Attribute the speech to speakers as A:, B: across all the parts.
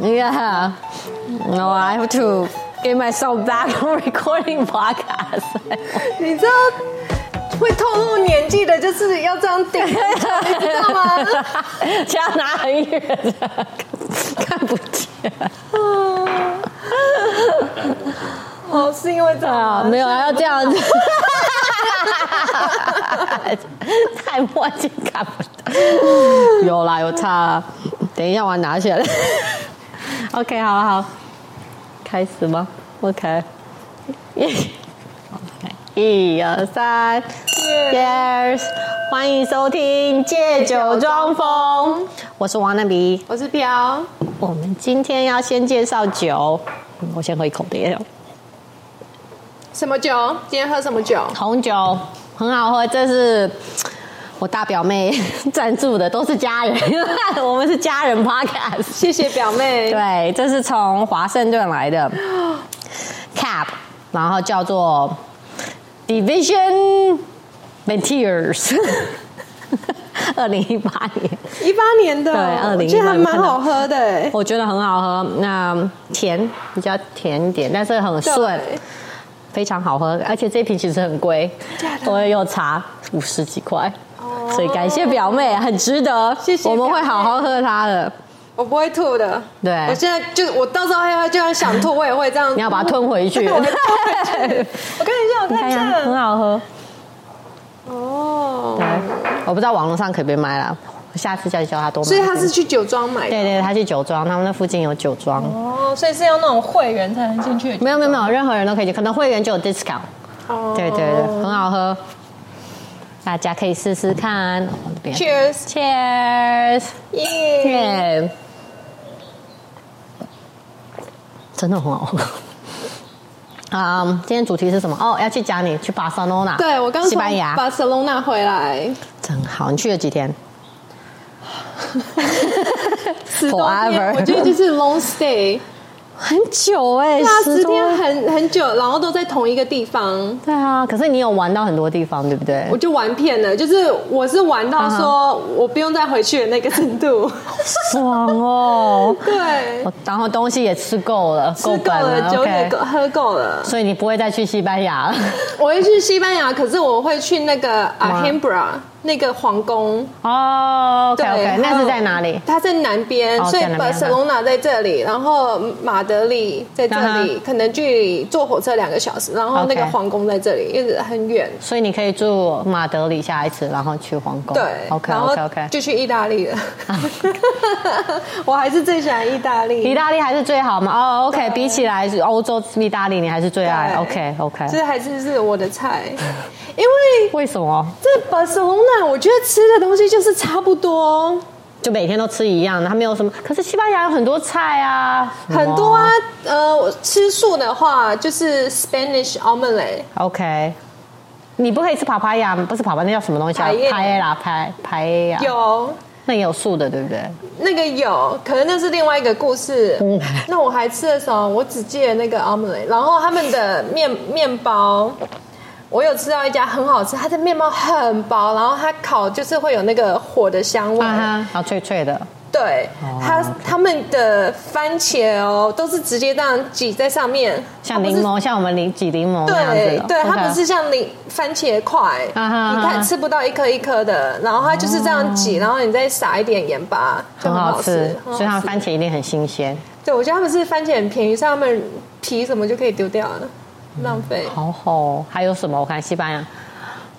A: Yeah. No, I have to get myself back on recording podcast.
B: 你知道会透露年纪的，就是要这样顶，你知道吗？
A: 家拿很远 的，看不见。
B: 哦，是因为这样
A: 啊，
B: 吗
A: 没有，还要这样子。 太墨镜看不到。有啦，有差啦。等一下，我要拿起来。OK，好了，好，开始吗？OK，一， 一二三，Yes，欢迎收听《借酒装疯》，我是王娜比。
B: 我是飘，
A: 我们今天要先介绍酒，嗯我先喝一口的也
B: 什么酒？今天喝什么酒？
A: 红酒很好喝，这是我大表妹 赞助的，都是家人， 我们是家人 podcast。
B: 谢谢表妹。
A: 对，这是从华盛顿来的 cap，然后叫做 Division Ventures，二零一八年。
B: 一八年的，
A: 对
B: 我觉得
A: 2018
B: 还蛮好喝的欸。
A: 我觉得很好喝，那甜比较甜一点，但是很顺，
B: 对
A: 非常好喝，而且这一瓶其实很贵
B: 假，的哦
A: 我也有查五十几块，所以感谢表妹，很值得，
B: 谢谢
A: 我们
B: 表妹
A: 会好好喝它的。
B: 我不会吐的。
A: 对
B: 我现在就我到时候还就算想吐，我也会这样。
A: 你要把它吞回去，
B: 对我会吐回 去我看一下，我
A: 你看
B: 看一
A: 一下很
B: 下。
A: 好喝。
B: 哦
A: 对，，我不知道网络上可不可以卖啦，我下次叫你叫他多买一
B: 所以
A: 点。
B: 他是去酒庄买的。
A: 对对，他去酒庄，他们那附近有酒庄。
B: 哦，所以是要那种会员才能进去。
A: 没有没有没有，任何人都可以去，可能会员就有 discount。
B: 哦
A: 对对对，很好喝，大家可以试试看。我这边
B: Cheers，
A: Cheers，
B: 耶！
A: 耶！真的很好喝。啊、今天主题是什么？哦，要去讲你去巴塞罗那，
B: 对我刚从
A: 西班牙，
B: 巴塞隆纳回来，
A: 真好。你去了几天
B: 十多天，我觉得就是 long stay，
A: 很久哎、
B: 对啊，十
A: 多
B: 天很很久，然后都在同一个地方，
A: 对啊。可是你有玩到很多地方，对不对
B: 我？就玩遍了，就是我是玩到
A: 嗯
B: 说我不用再回去的那个 程度，
A: 爽哦！
B: 对，
A: 我然后东西也吃够了，
B: 吃够
A: 本
B: 了，酒也
A: OK
B: 够喝够了。
A: 所以你不会再去西班牙 了。
B: 我会去西班牙，可是我会去那个啊 Alhambra 那个皇宫。
A: 哦，OK
B: 对
A: OK，那是在哪里？
B: 它在南边，
A: 哎哦
B: 所以
A: 在南边
B: Barcelona 在这里，然后马德里在这里，
A: 嗯哼
B: 可能距离坐火车两个小时，然后那个
A: OK
B: 皇宫在这里，一直很远。
A: 所以你可以住马德里下一次，然后去皇宫。
B: 对
A: OK
B: 然
A: OK
B: 后
A: OK。
B: 就去意大利了。 我还是最喜欢意大
A: 意
B: 利，
A: 大利还是最好嘛？哦，OK，比起来欧洲意大利你还是最爱。
B: 对
A: OK OK。
B: 这还是是我的菜，因为
A: 为什么？
B: 这 Barcelona 我觉得吃的东西就是差不多，
A: 就每天都吃一样的，它没有什么。可是西班牙有很多菜啊，
B: 很多啊。呃，我吃素的话就是 Spanish omelette，
A: 什么。OK。你不可以吃帕帕亚，不是帕帕，那叫什么东西啊
B: 排？叶
A: 拍啦，拍拍呀，
B: 有
A: 那也有素的，对不对？
B: 那个有，可能那是另外一个故事。
A: 嗯
B: 那我还吃的时候，我只记得那个 omelette，然后他们的面面包，我有吃到一家很好吃，它的面包很薄，然后它烤就是会有那个火的香味。
A: 啊哈，哦然后脆脆的，
B: 对，它他们的番茄哦，都是直接这样挤在上面，
A: 像
B: 它不
A: 柠
B: 是。
A: 檬，像我们柠挤柠檬那样子
B: 对
A: 的。
B: 对，它
A: OK
B: 不是像你番茄块，
A: 啊哈
B: 你
A: 啊哈
B: 看吃不到一颗一颗的，然后它就是这样挤，然后你再撒一点盐巴，就
A: 很好吃，
B: 很好
A: 所以它的番茄一定很新鲜，
B: 对，我觉得他们是番茄很便宜，所以他们皮什么就可以丢掉了，浪费。
A: 嗯好好哦。还有什么？我看西班牙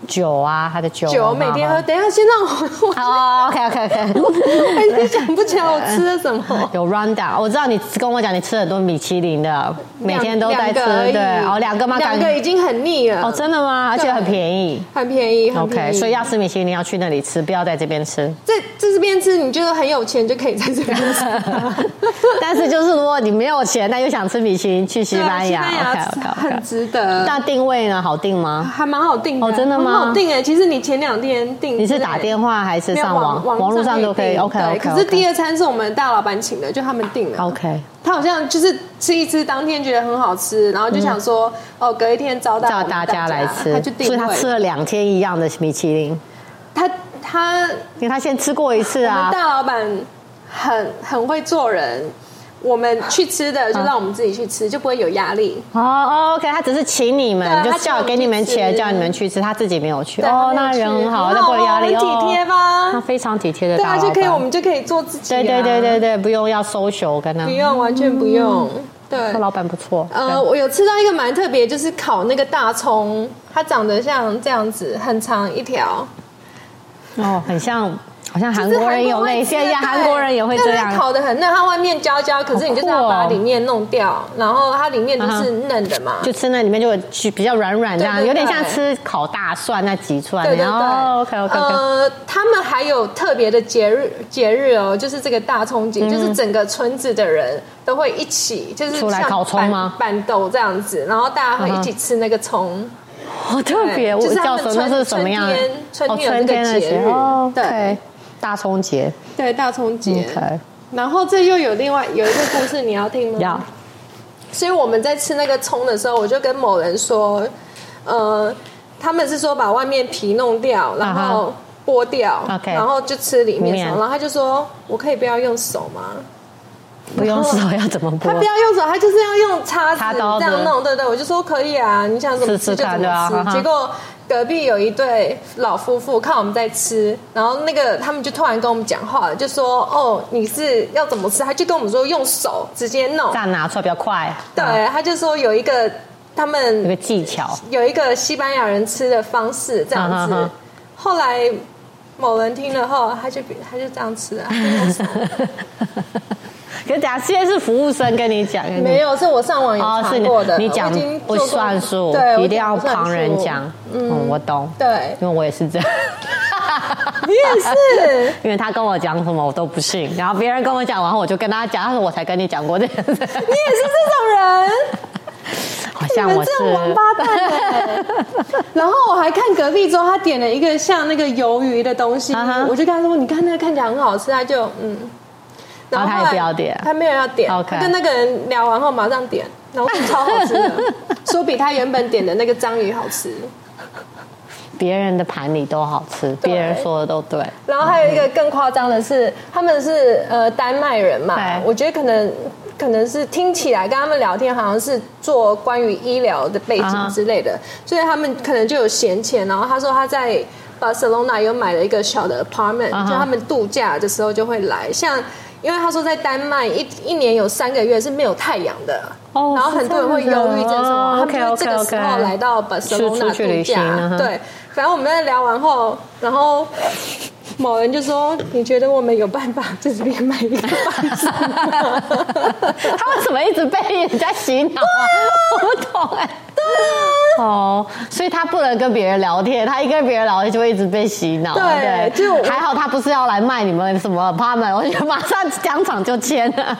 A: 酒啊，它的酒
B: 酒每天喝，。等一下先让我，我
A: 哦，OK OK OK，
B: 我已经想不起来我吃了什么。
A: 有 Ronda，我知道你跟我讲你吃很多米其林的， 每天都在吃，
B: 两个而已
A: 对，哦，两个吗？
B: 两
A: 感
B: 个已经很腻了，
A: 哦，真的吗？而且很便宜。
B: 很便宜，很便宜。
A: OK，所以要吃米其林要去那里吃，不要在这边吃。
B: 在在这边吃，你觉得很有钱就可以在这边吃。
A: 但是就是如果你没有钱，但又想吃米其林，去 西
B: 对啊
A: 班牙。
B: 西班
A: OK
B: 牙
A: OK
B: 很
A: OK。
B: 值得。
A: 那定位呢？好定吗？
B: 还蛮好订的，
A: 哦真的吗
B: 很好订哎！其实你前两天订，
A: 你是打电话还是
B: 没有
A: 上网？
B: 网
A: 络上都可以。
B: 订
A: OK
B: 对
A: OK。
B: 可是第二餐是我们大老板请的，就他们订的。
A: OK，
B: 他好像就是吃一吃，当天觉得很好吃，然后就想说，哦，隔一天招待
A: 嗯
B: 我
A: 叫
B: 们
A: 大家来吃，
B: 他就定
A: 所以
B: 位。
A: 他吃了两天一样的米其林，
B: 他他
A: 因为他先吃过一次
B: 我
A: 啊
B: 们。大老板很很会做人，我们去吃的，就让我们自己去吃，就不会有压力。
A: 哦哦，OK，他只是请你们，
B: 对
A: 就
B: 他
A: 叫
B: 请
A: 给
B: 我们
A: 你们
B: 去吃
A: 钱，叫你们去吃，他自己没有去。
B: 对
A: 哦，
B: 他
A: 那
B: 没有
A: 人
B: 去
A: 很好，
B: 很
A: 那不会有压力
B: 好啊
A: 哦。
B: 很体贴吧
A: 他非常体贴的
B: 对
A: 大
B: 啊，
A: 老板。
B: 就可以，我们就可以做自己、啊。
A: 对对对，对对，不用要搜求跟他
B: 不。用，完全不用。对，
A: 这老板不错。
B: 呃，我有吃到一个蛮特别，就是烤那个大葱，它长得像这样子，很长一条。
A: 对哦，很像，好像韩国人有类似，
B: 就是
A: 像韩国人也会这样
B: 啊对。烤的很嫩，它外面焦焦，可是你就是
A: 好
B: 要
A: 酷哦
B: 把里面弄掉，然后它里面都
A: 啊哈
B: 是嫩的嘛。
A: 就吃那里面就会比较软软这样，
B: 对对
A: 有点
B: 对
A: 像吃烤大蒜那挤出来
B: 对
A: 的。
B: 对对、
A: 哦，OK OK OK，
B: 呃，他们还有特别的节日节日哦，就是这个大葱节，就是整个村子的人都会一起，就是
A: 嗯出来
B: 像
A: 烤葱
B: 板
A: 吗嗯
B: 板豆这样子，然后大家会一起吃那个葱。
A: 好特别。
B: 嗯对
A: 我
B: 就是他
A: 叫
B: 们
A: 什么？那是什么样的
B: 春
A: 哦，
B: 春天
A: 春天
B: 有这
A: 的
B: 个节
A: 节
B: 日
A: 日。哦
B: 对
A: OK，大葱节。
B: 对，大葱节。
A: OK，
B: 然后这又有另外有一个故事，你要听吗？
A: 要。
B: 所以我们在吃那个葱的时候，我就跟某人说，呃，他们是说把外面皮弄掉，然后剥掉
A: 啊 OK
B: 然后就吃里面
A: 面
B: 葱。然后他就说，我可以不要用手吗？
A: 不用手要怎么剥
B: 他？不要用手，他就是要用叉子
A: 叉刀
B: 这
A: 子
B: 样弄，对对，我就说可以啊，你想怎么
A: 试
B: 吃
A: 试
B: 就
A: 看
B: 怎
A: 对啊
B: 么
A: 哈哈
B: 吃。结果隔壁有一对老夫妇看我们在吃，然后那个他们就突然跟我们讲话了，就说哦你是要怎么吃，他就跟我们说用手直接弄
A: 这，样拿出来比较快。嗯，
B: 对，他就说有一个他
A: 有
B: 们
A: 个技巧。
B: 有一个西班牙人吃的方式这样
A: 啊哈
B: 子
A: 哈，
B: 后来。某人听了后，他就比他就这样吃啊，用
A: 嗯
B: 手
A: 可是等下现在是服务生跟你讲，跟你
B: 没有，是我上网有
A: 哦，是
B: 查
A: 你
B: 过的，
A: 你
B: 我
A: 讲
B: 已经
A: 不
B: 做过
A: 算数，
B: 对，我
A: 一定
B: 讲
A: 要
B: 不算
A: 旁人
B: 数
A: 讲。嗯，我懂，
B: 对
A: 因为我也是这样。
B: 你也 是
A: 因为他跟我讲什么我都不信，然后别人跟我讲完后，我就跟他讲，他说我才跟你讲过这件事，
B: 你也是这种人，
A: 好
B: 你
A: 像我
B: 们这种王
A: 是
B: 八蛋哎、然后我还看隔壁桌，他点了一个像那个鱿鱼的东西
A: 啊哈
B: 我就跟他说：“你看那个看起来很好吃。”他就嗯，然
A: 然后
B: 后
A: 他也
B: 后来
A: 不要点
B: 他没有要点。
A: OK
B: 他跟那个人聊完后马上点，然后超好 吃的，说比他原本点的那个章鱼好吃。
A: 别人的盘里都好吃，
B: 对
A: 别人说的都对，
B: 然后还有一个更夸张的是，他们是呃丹麦人嘛
A: 对，
B: 我觉得可能可能是听起来跟他们聊天好像是做关于医疗的背
A: 啊哈
B: 景之类的所以他们可能就有闲钱。然后他说他在 Barcelona 有买了一个小的 apartment，、
A: 啊哈
B: 就他们度假的时候就会来，像。因为他说在丹麦一一年有三个月是没有太阳的，
A: 哦
B: 然后很多人会
A: 是这样
B: 忧
A: 的
B: 郁症什么，他们就
A: 哦
B: 是这个时
A: OK，OK，OK
B: 候来到 Barcelona
A: 出去旅
B: 度
A: 行啊哈
B: 假。对，反正我们在聊完后，然后某人就说：“你觉得我们有办法在这边买一个房子吗
A: 他为什么一直被人家洗脑啊？ 我不懂哎、哦，所以他不能跟别人聊天，他一跟别人聊天就会一直被洗脑。啊
B: 对就我
A: 还好他不是要来卖你们什么 apartment，我觉得马上当场就签了。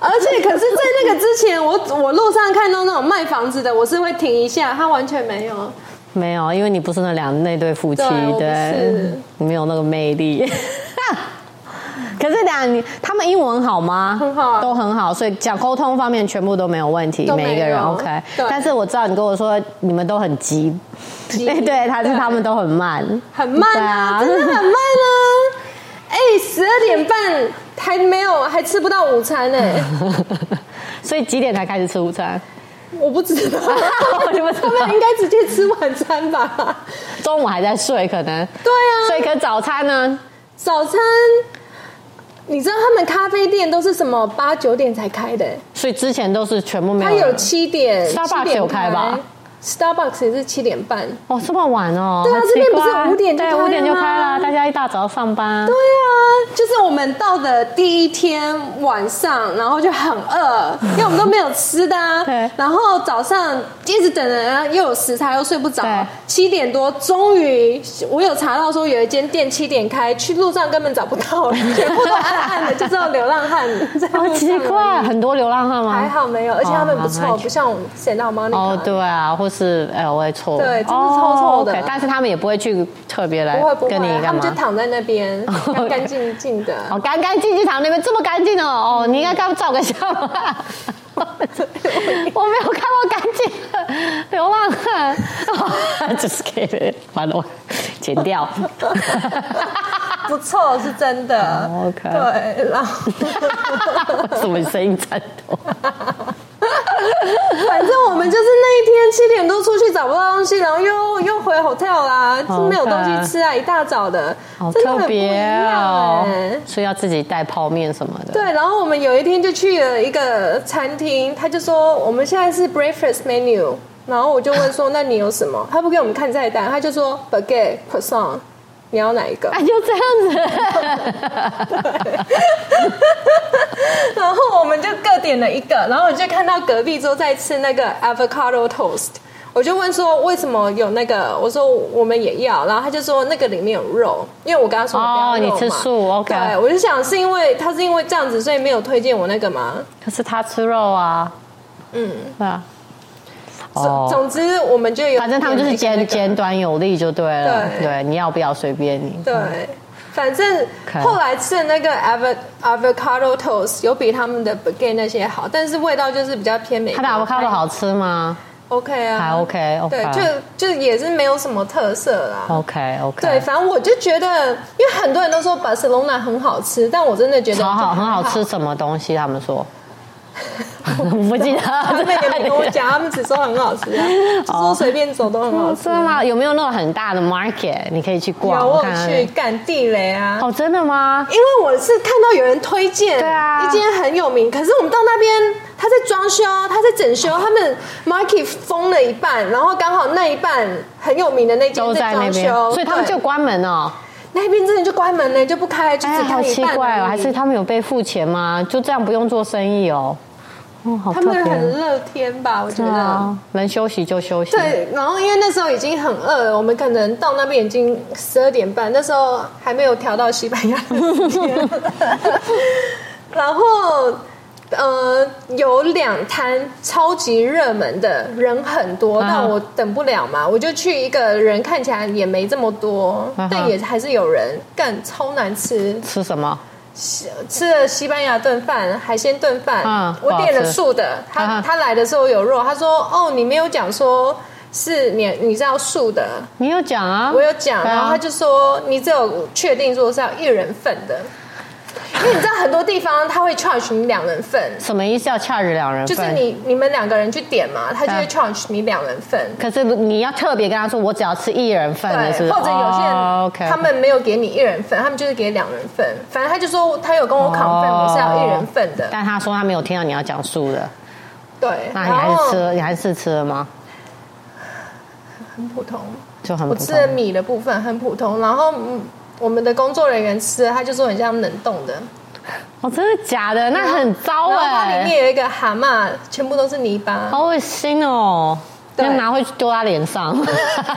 B: 而且，可是，在那个之前，我我路上看到那种卖房子的，我是会停一下，他完全没有。
A: 没有，因为你不是那两那对夫妻，
B: 对我不
A: 对
B: 是，
A: 你没有那个魅力。可是俩你他们英文好吗？
B: 很好啊
A: 都很好，所以讲沟通方面全部都没有问题，
B: 都没有
A: 每一个人 OK
B: 对。
A: 但是我知道你跟我说你们都很急，
B: 急
A: 对对，他是
B: 对
A: 他们都很慢，
B: 很慢啊，
A: 对
B: 真
A: 啊
B: 的很慢啊！哎、十二点半还没有，还吃不到午餐呢、
A: 所以几点才开始吃午餐？
B: 我不知 道，
A: 我也不知道
B: 他们应该直接吃晚餐吧？
A: 中午还在睡，可能。
B: 对啊，
A: 所以可早餐呢？
B: 早餐，你知道他们咖啡店都是什么八九点才开的、
A: 所以之前都是全部没
B: 它
A: 有人。
B: 有七点
A: Starbucks
B: 7点
A: 有开吧
B: ？Starbucks 也是七点半。对
A: 哦，这么晚哦。
B: 对啊
A: 好奇
B: 这边不是
A: 怪
B: 5点就
A: 对
B: 开了
A: 五点就开
B: 吗
A: 了，大家一大早要上班。对
B: 啊，就是我们到的第一天晚上，然后就很 饿，因为我们都没有吃的啊。
A: 对
B: 然后早上一直等人啊，又有时差又睡不着
A: 对。
B: 七点多，终于我有查到说有一间店七点开，去路上根本找不 到，全部都暗暗的，就只有流浪汉在
A: 好
B: 路
A: 哦奇
B: 上而已
A: 怪，很多流浪汉吗？
B: 还好没有，而且他们不
A: 哦
B: 臭，不像我们谁到 m o n
A: 哦，对啊，或是 L A 臭，
B: 对就是
A: 哦
B: 臭臭的
A: OK，但是他们也不会去特别来
B: 不会不会，
A: 跟你
B: 他
A: 干
B: 们就
A: 嘛。
B: 躺在 那边，干干净净的。
A: 哦，干干净净躺那边这么干净哦，哦，
B: 嗯
A: 你应该刚照个 相吧。我没有看过干净的流浪汉 哦，just kidding，完了，我剪掉。
B: 不臭，是真的。
A: 哦，OK
B: 对，然后
A: 为 什么你声音颤抖？
B: 反正我们就是那一天七点多出去找不到东西，然后又又回 hotel 啦，
A: 好
B: 就没有东西吃啊，一大早的，
A: 好
B: 真的很
A: 特
B: 不一
A: 别
B: 样
A: 哦
B: 哎、，
A: 所以要自己带泡面什么的。
B: 对， 然后我们有一天就去了一个餐厅，他就说我们现在是 breakfast menu，然后我就问说那你有什么？他不给我们看菜单，他就说 baguette croissant，你要哪一个？
A: 哎，就这样子。
B: 然后我们就各点了一个，然后我就看到隔壁桌在吃那个 avocado toast，我就问说为什么有那个，我说我们也要，然后他就说那个里面有肉，因为我跟他说我不要
A: 哦
B: 肉嘛
A: 你吃素，OK
B: 对，我就想是因为他是因为这样子，所以没有推荐我那个吗？
A: 可是他吃肉啊。嗯，对啊。
B: 总
A: 哦，
B: 总之我们就有，
A: 反正他们就是简简短有力就对了。
B: 对
A: 对，你要不要随便你。
B: 对。反正
A: OK
B: 后来吃的那个 avo- avocado toast 有比他们的 baguette 那些好，但是味道就是比较偏美国
A: 他
B: 派。
A: 的 avocado 好吃吗
B: OK 啊，
A: 还 OK，
B: 对
A: OK
B: 就就也是没有什么特色啦。
A: ？OK
B: 对，
A: OK，
B: 反正我就觉得，因为很多人都说巴塞隆纳很好吃，但我真的觉得
A: 好好
B: 就
A: 很
B: 还
A: 好吃，。什么东西？他们 说。我不记 得，
B: 他们也没跟我讲，他们只说很好吃、 啊，
A: 哦
B: 就说随便走都很好吃。
A: 真的吗？有没有那种很大的 market 你可以去逛？
B: 有我
A: 看
B: 有
A: 看
B: 去干地雷啊，
A: 哦，真的吗？
B: 因为我是看到有人推荐，
A: 对啊
B: 一间很有名，可是我们到那边，他在装修，他在整修，他们 market 封了一半，然后刚好那一半很有名的那间
A: 都在那
B: 装
A: 边，
B: 修，
A: 所以他们
B: 对
A: 就关门哦。
B: 那边真的就关门呢，就不开，就
A: 哎
B: 只
A: 呀，好
B: 开一
A: 奇
B: 半而已、
A: 怪哦，还是他们有被付钱吗？就这样不用做生意哦。哦，好
B: 他
A: 特别
B: 们。很乐天吧？我觉
A: 对
B: 得。
A: 啊，能休息就休息。，
B: 对，然后因为那时候已经很饿了，我们可能到那边已经十二点半，那时候还没有调到西班牙的时间。 然后，呃，有两摊超级热门的人很多，
A: 啊
B: 但我等不了嘛，我就去一个人看起来也没这么多，
A: 啊哈
B: 但也还是有人，干超难吃，
A: 吃什么？
B: 吃了西班牙炖饭、海鲜炖饭，
A: 嗯
B: 我点
A: 不好
B: 了
A: 吃
B: 素的。他、
A: 啊
B: 他来的时候有肉，他说：“哦，你没有讲说是你你是要素的。
A: 你有讲啊？
B: 我有讲，
A: 对啊
B: 然后他就说：“你只有确定说是要一人份的，因为你知道很多地方他会 charge 你两人份，
A: 什么意思？要恰日两人
B: 就
A: 份？
B: 是。你你们两个人去点嘛，他就会
A: 对
B: charge 你两人份。”
A: 可是你要特别跟他说，我只要吃一人份的，是不
B: 对，
A: 是？
B: 或者有些人、
A: 哦，OK
B: 他们没有给你一人份，他们就是给两人份。反正他就说他有跟
A: 哦
B: 我 confirm、我是要一人份的，
A: 但他说他没有听到你要讲素的，
B: 对。
A: 嗯那
B: 然
A: 你还
B: 后
A: 是吃了，你还是吃了吗？
B: 很普通。
A: 就很
B: 我
A: 普
B: 吃的
A: 通。
B: 米的部分很普通，然后嗯我们的工作人员吃了，他就说很像冷冻的，
A: 哦，真的假的？那很糟
B: 然后它里
A: 哎、
B: 面有一个蛤蟆，全部都是泥巴。
A: 好恶心哦！
B: 对
A: 要拿回去丢他脸 上。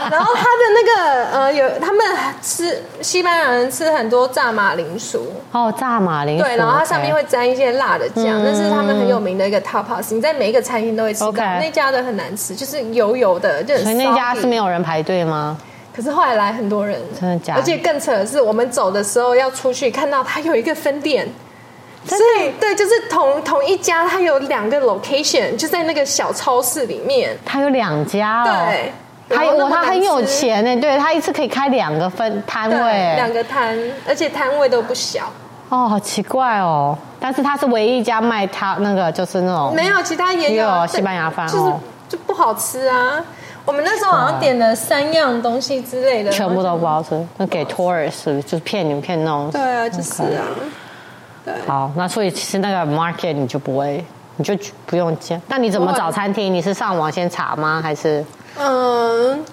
B: 然后它的那个呃，有他们吃西班牙人吃很多炸马铃薯，
A: 哦，炸马铃薯。
B: 对，然后它上面
A: OK
B: 会沾一些辣的酱，那是他们很有名的一个 tapas，你在每一个餐厅都会吃到。
A: OK
B: 那家的很难吃，就是油油的，就很
A: 所以那家
B: salty
A: 是没有人排队吗？
B: 可是后来来很多人，
A: 真的假的
B: 而且更扯的是，我们走的时候要出去，看到它有一个分店，所以对，就是同同一家，它有两个 location，就在那个小超市里面。
A: 他有两家哦。
B: 对，
A: 他
B: 然后那
A: 有
B: 么
A: 他
B: 难
A: 很有
B: 吃，
A: 钱呢，对他一次可以开两个分摊
B: 对，两
A: 位，
B: 个摊，而且摊位都不小。
A: 哦，好奇怪哦。但是他是唯一一家卖他那个就是那种
B: 没有，其他也
A: 也
B: 有啊
A: 有
B: 对
A: 哎西班牙饭
B: 就是
A: 哦嗯
B: 就不好吃啊。我们那时候好像点了三样东西之类的，
A: 全部
B: 然
A: 都
B: 后
A: 不好吃，那给托尔斯就是骗你们骗那种
B: 就。对啊，就是啊。
A: 好，那所以其实那个 market 你就不会，你就不用见。那你怎么
B: 不会
A: 找餐厅？你是上网先查吗？还是
B: 嗯，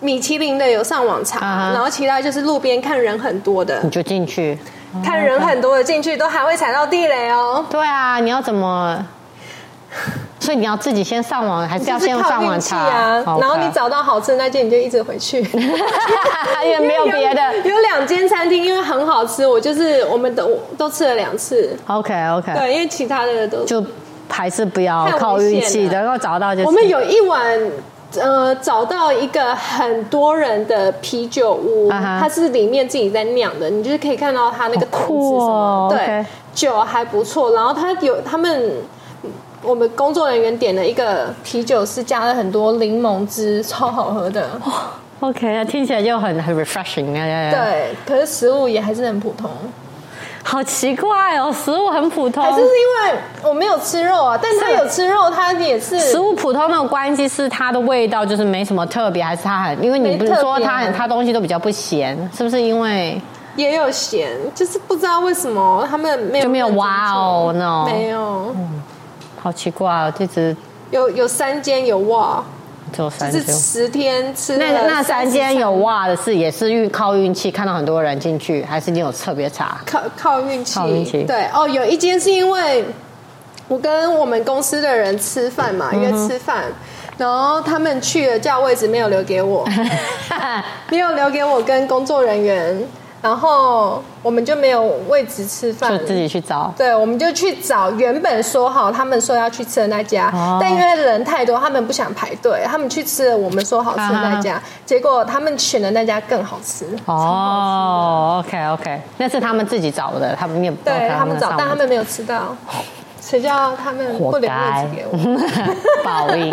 B: 米其林的有上网查，
A: 啊哈哦
B: 然后其他就是路边看人很多的
A: 你，就进去？
B: 看人很多的进去都还会踩到地雷哦。
A: 对啊，你要怎么？所以你要自己先上网，还是要
B: 就是
A: 先
B: 靠
A: 上网
B: 运气
A: 查？
B: 啊，
A: 好
B: 然后你
A: 吧
B: 找到好吃的那间你就一直 回去，
A: 也哎没有别 的。
B: 有有两间餐厅因为很好吃，我就是我们都都吃了两次，
A: OK OK，
B: 对，因为其他的都
A: 就还是不要
B: 太危
A: 靠运气
B: 险
A: 的，
B: 了
A: 然后找到就是。
B: 我们有一晚，呃，找到一个很多人的啤酒屋，
A: 啊哈
B: 它是里面自己在酿的，你就是可以看到它那个
A: 好
B: 桶
A: 酷
B: 子什
A: 哦
B: 么的，对
A: OK，
B: 酒还不错。然后它有他们。我们工作人员点了一个啤酒，是加了很多柠檬汁，超好喝的。
A: OK 啊，听起来就很很 refreshing 啊，
B: 对，可是食物也还是很普通，
A: 哦好奇怪哦，食物很普通，
B: 还是是因为我没有吃肉啊，但他有吃肉，他也是
A: 食物普通的关系是它的味道就是没什么特别，还是它很，因为你
B: 没
A: 不是
B: 特
A: 说
B: 别
A: 它很，它东西都比较不咸，是不是因为
B: 也有咸，就是不知道为什么他们没有
A: 就没有
B: 认真
A: 哇哦
B: 做
A: no
B: 没有，
A: 好奇怪哦，这只
B: 有有三间有哇，
A: 只有
B: 就
A: 三只
B: 是。十天吃
A: 那
B: 了
A: 那三
B: 30
A: 间有
B: 餐
A: 哇的是也是运靠运气，看到很多人进去，还是你有特别 查？
B: 靠靠运气，
A: 靠运气
B: 对哦，有一间是因为我跟我们公司的人吃饭嘛，
A: 嗯
B: 约吃饭，然后他们去了，叫位置没有留 给我，没有留给我跟工作人员，然后我们就没有位置吃
A: 就
B: 饭。
A: 自己去找。
B: 对，我们就去找原本说好他们说要去吃的那家，
A: 哦
B: 但因为人太多，他们不想排队，他们去吃了我们说好吃的那
A: 啊
B: 家，结果他们选的那家更好吃。
A: 哦，OK OK，那是他们自己找的，他们也
B: 对他们找，但他
A: 们
B: 们没有吃到，谁叫他们不
A: 活
B: 留
A: 该
B: 位置给 我？，
A: 报 应。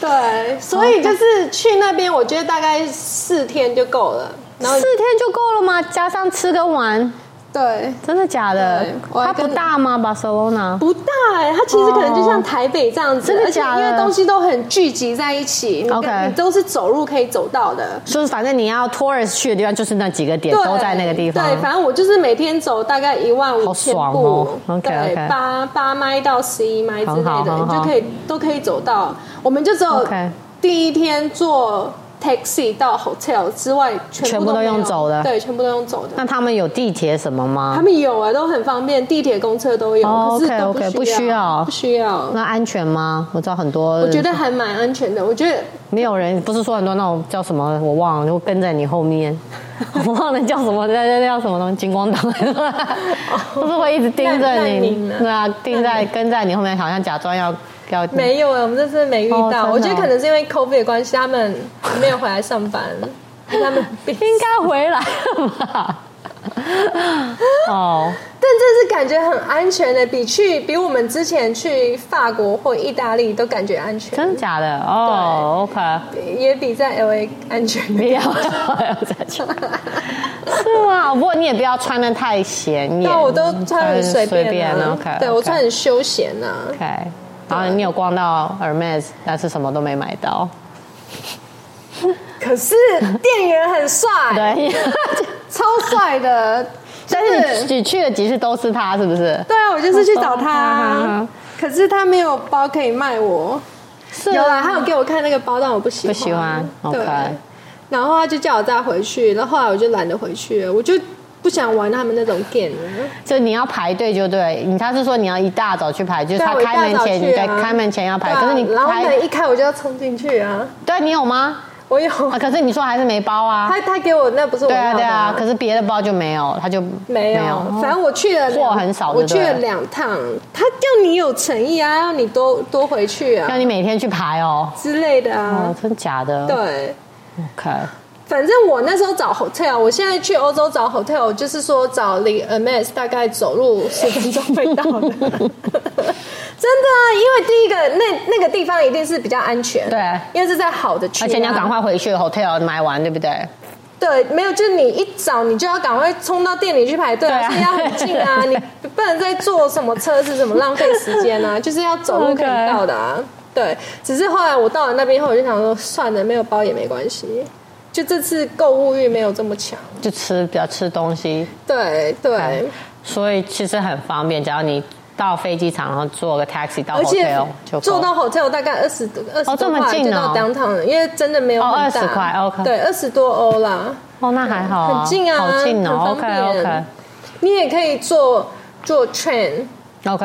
B: 对，所以就是去那边，我觉得大概四天就够了。然后
A: 四天就够了吗？加上吃跟玩，
B: 对，
A: 真的假的
B: 对？我还
A: 它不
B: 跟
A: 大吗？Barcelona
B: 不大哎、它其实可能就像台北这样子，
A: 真的
B: 而且
A: 假的
B: 因为东西都很聚集在一起，你跟
A: OK
B: 你都是走路可以走到的。
A: 就是反正你要 tourist 去的地方就是那几个点，
B: 对，
A: 都在那个地方。
B: 对，反正我就是每天走大概一万五
A: 好
B: 千步，
A: 爽哦 OK，
B: 对，
A: OK
B: 八八迈到十一迈之类
A: 很好
B: 的，
A: 很
B: 你
A: 好
B: 就可以都可以走到。我们就只有
A: OK
B: 第一天坐 taxi 到 hotel 之外，全
A: 全
B: 部
A: 部都
B: 没有
A: 用走的
B: 对，全部都用走的。
A: 那他们有地铁什么
B: 他
A: 吗？
B: 们有啊，都很方便，地铁、公车都有，
A: 哦
B: 可是都
A: OK，OK，
B: 不
A: 不需要
B: 不需要。
A: 那安全吗？我知道很多，
B: 我觉得还蛮安全的，我觉得
A: 没有人，不是说很多那种叫什么，我忘了，就跟在你后 面，我忘了叫什么，那那叫什么东西，金光党， 不是会一直盯着
B: 难
A: 你
B: 民啊，
A: 对啊，盯在跟在你后面，好像假装要要。
B: 没有哎、我们这次没遇
A: 哦真
B: 到。
A: 的
B: 我觉得
A: 哦
B: 可能是因为 COVID 的关系，他们没有回来上班， 因为他们应
A: 应该回来了 吧？哦，
B: 但这是感觉很安全的，比去比我们之前去法国或意大利都感觉安全，
A: 真的假的？哦，OK，
B: 也比在 L A 安全。
A: 不要不要再 去，是吗？不过你也不要穿的太显眼，
B: 啊那我都穿很随
A: 嗯随
B: 便
A: 便
B: 啊
A: ，OK，
B: 对我穿很休闲啊呐、
A: OK，然后你有逛到 Hermes，但是什么都没买到。
B: 可是店员很帅，
A: 对，
B: 超帅的。
A: 但是你你去了几次都是他，是不是？
B: 对啊，我就是去找
A: 啊
B: 他，可是他没有包可以卖我。
A: 是
B: 有啦，他有给我看那个包，但我不喜欢。
A: 啊不喜欢
B: 对。
A: OK
B: 然后他就叫我再回去，然后后来我就懒得回去了，我就不想玩他们那种 game 了。
A: 就你要排队就对，你他是说你要一大早去排，就是他
B: 对我一
A: 开门前，你
B: 大早
A: 在
B: 去啊
A: 开门前要排，可是你
B: 对啊然后
A: 排，
B: 门一开我就要冲进去啊！
A: 对你有吗？
B: 我有，
A: 啊，可是你说还是没包啊？
B: 他他给我那不是我
A: 对
B: 要
A: 啊，
B: 的
A: 对啊，可是别的包就没有，他就
B: 没有，反正我去了两
A: 货很少
B: 我
A: 就对
B: 去
A: 了
B: 了两趟，他叫你有诚意啊，要你多多回去啊
A: 让你每天去排哦。
B: 之类的啊
A: 哦，，真假的
B: 对。啊
A: ？OK，
B: 反正我那时候找 hotel，我现在去欧洲找 hotel，我就是说找离 a m s 大概走路十分钟会到 的。真的啊，因为第一个那那个地方一定是比较安全，
A: 对
B: 因为是在好的区、啊，
A: 而且你要赶快回去 hotel 买完，对不对？
B: 对，没有，就是你一早你就要赶快冲到店里去排
A: 对
B: 队，
A: 啊
B: 而且要很近 啊，你不能再坐什么车子什么浪费时 间啊，就是要走路可以到的啊。对，只是后来我到了那边后，我就想说，算了，没有包也没关系，就这次购物欲没有这么强。
A: 就吃比较吃东西，
B: 对对，
A: 所以其实很方便，只要你到飞机场，然后坐个 taxi 到
B: 而且
A: hotel 就够
B: 坐到 hotel 大概二十二十
A: 这
B: 多
A: 么
B: 块
A: 近
B: 就到
A: 哦
B: downtown 了，因为真的没有
A: 哦
B: 很
A: 20
B: 大
A: 块，OK
B: 对，二十多欧啦。
A: 哦，那还好、啊，
B: 很近啊
A: 好近哦。
B: 很
A: OK
B: 方便
A: OK
B: 你也可以坐坐 train，
A: OK，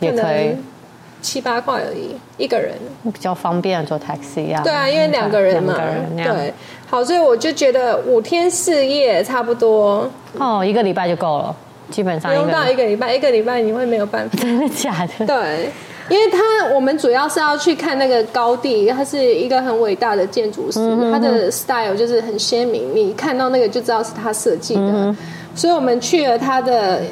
A: 也
B: 可
A: 可以
B: 能，七八块而已，一个人。
A: 比较方便坐 taxi 啊。
B: 对啊，因为两个人嘛，
A: 两个人那样
B: 对。好，所以我就觉得五天四夜差不多，
A: 哦，一个礼拜就够了，基本
B: 不
A: 上一
B: 用
A: 个。
B: 到一个礼拜，一个礼拜你会没有办法
A: 真的 假的？
B: 对，因为他我们主要是要去看那个高地，它是一个很伟大的建筑师，他的 style 就是很鲜明，你看到那个就知道是他设计的。所以我们去了他的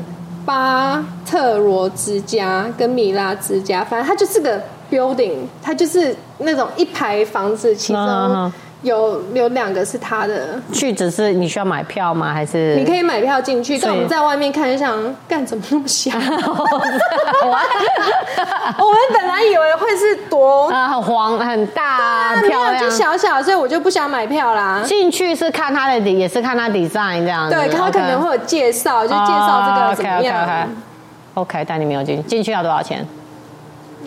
B: 巴特罗之家跟米拉之家，反正它就是个 building，它就是那种一排房子，其
A: 嗯嗯
B: 中
A: 嗯
B: 有有两个是他的，
A: 去只是你需要买票吗？还是
B: 你可以买票进去，
A: 所以
B: 但我们在外面看一下，干怎么那么小？
A: 哇
B: 我们本来以为会是多
A: 啊，很黄很大啊，
B: 大，没
A: 漂
B: 有就
A: 亮。
B: 小小，所以我就不想买票啦。
A: 进去是看他的底，也是看他 design 这样子。
B: 对，他
A: OK
B: 可能会有介绍，就介绍这个怎么样。
A: 啊？OK，OK，OK 哦 OK，但你没有进进去要多少钱？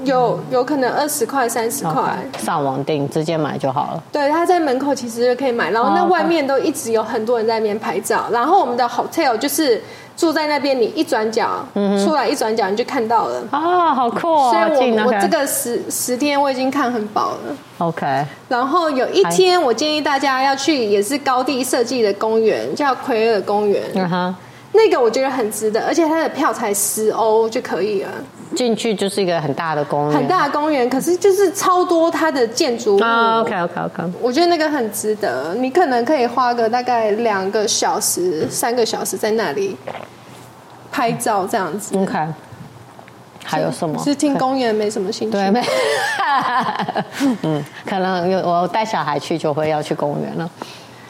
B: 有有可能二十块、三十块。
A: OK，上网订，直接买就好了。
B: 对，他在门口其实就可以买，然后那
A: 哦，OK
B: 外面都一直有很多人在那边拍照，然后我们的 hotel 就是住在那边，你一转角、
A: 嗯
B: 出来一转角你就看到了，
A: 啊，好酷哦！
B: 所以
A: 进
B: 我
A: OK
B: 我这个十十天我已经看很饱了。
A: OK，
B: 然后有一天我建议大家要去也是高地设计的公园，叫奎尔公园，
A: 嗯哼，
B: 那个我觉得很值得，而且它的票才十欧就可以了，
A: 进去就是一个很大的公园，
B: 很大的公园，可是就是超多它的建筑物。
A: 啊。OK OK OK，
B: 我觉得那个很值得，你可能可以花个大概两个小时、三个小时在那里拍照这样子。
A: OK，还有什么？
B: 是听公园没什么兴趣。
A: 对，没， 嗯，可能有我带小孩去就会要去公园了，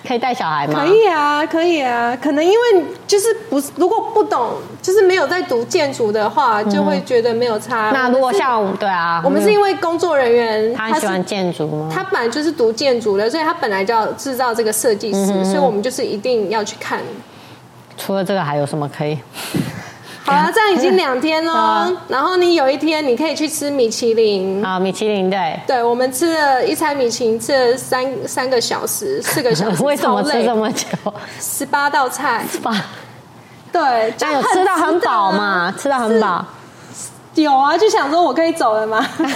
A: 可以带小孩吗？
B: 可以啊，可以啊，可能因为就是不是，如果不懂，就是没有在读建筑的话，就会觉得没有差。
A: 嗯那如果像对啊，
B: 我们是
A: 嗯
B: 因为工作人员，
A: 他很喜
B: 是
A: 欢建筑吗？
B: 他本来就是读建筑的，所以他本来就要制造这个设计师，
A: 嗯
B: 所以我们就是一定要去看。
A: 除了这个还有什么可以？
B: 好啊了，这样已经两天喽
A: 嗯啊。
B: 然后你有一天你可以去吃米其林。
A: 啊，米其林对。
B: 对，我们吃了一餐米其林，吃了三三个小时、四个小时，
A: 为什么吃这
B: 么
A: 么久？
B: 十八道菜？
A: 哇，
B: 对，就
A: 那有
B: 很
A: 哎吃到
B: 值
A: 很
B: 得
A: 饱？嘛？吃到很饱，
B: 有啊，就想说我可以走了 吗？真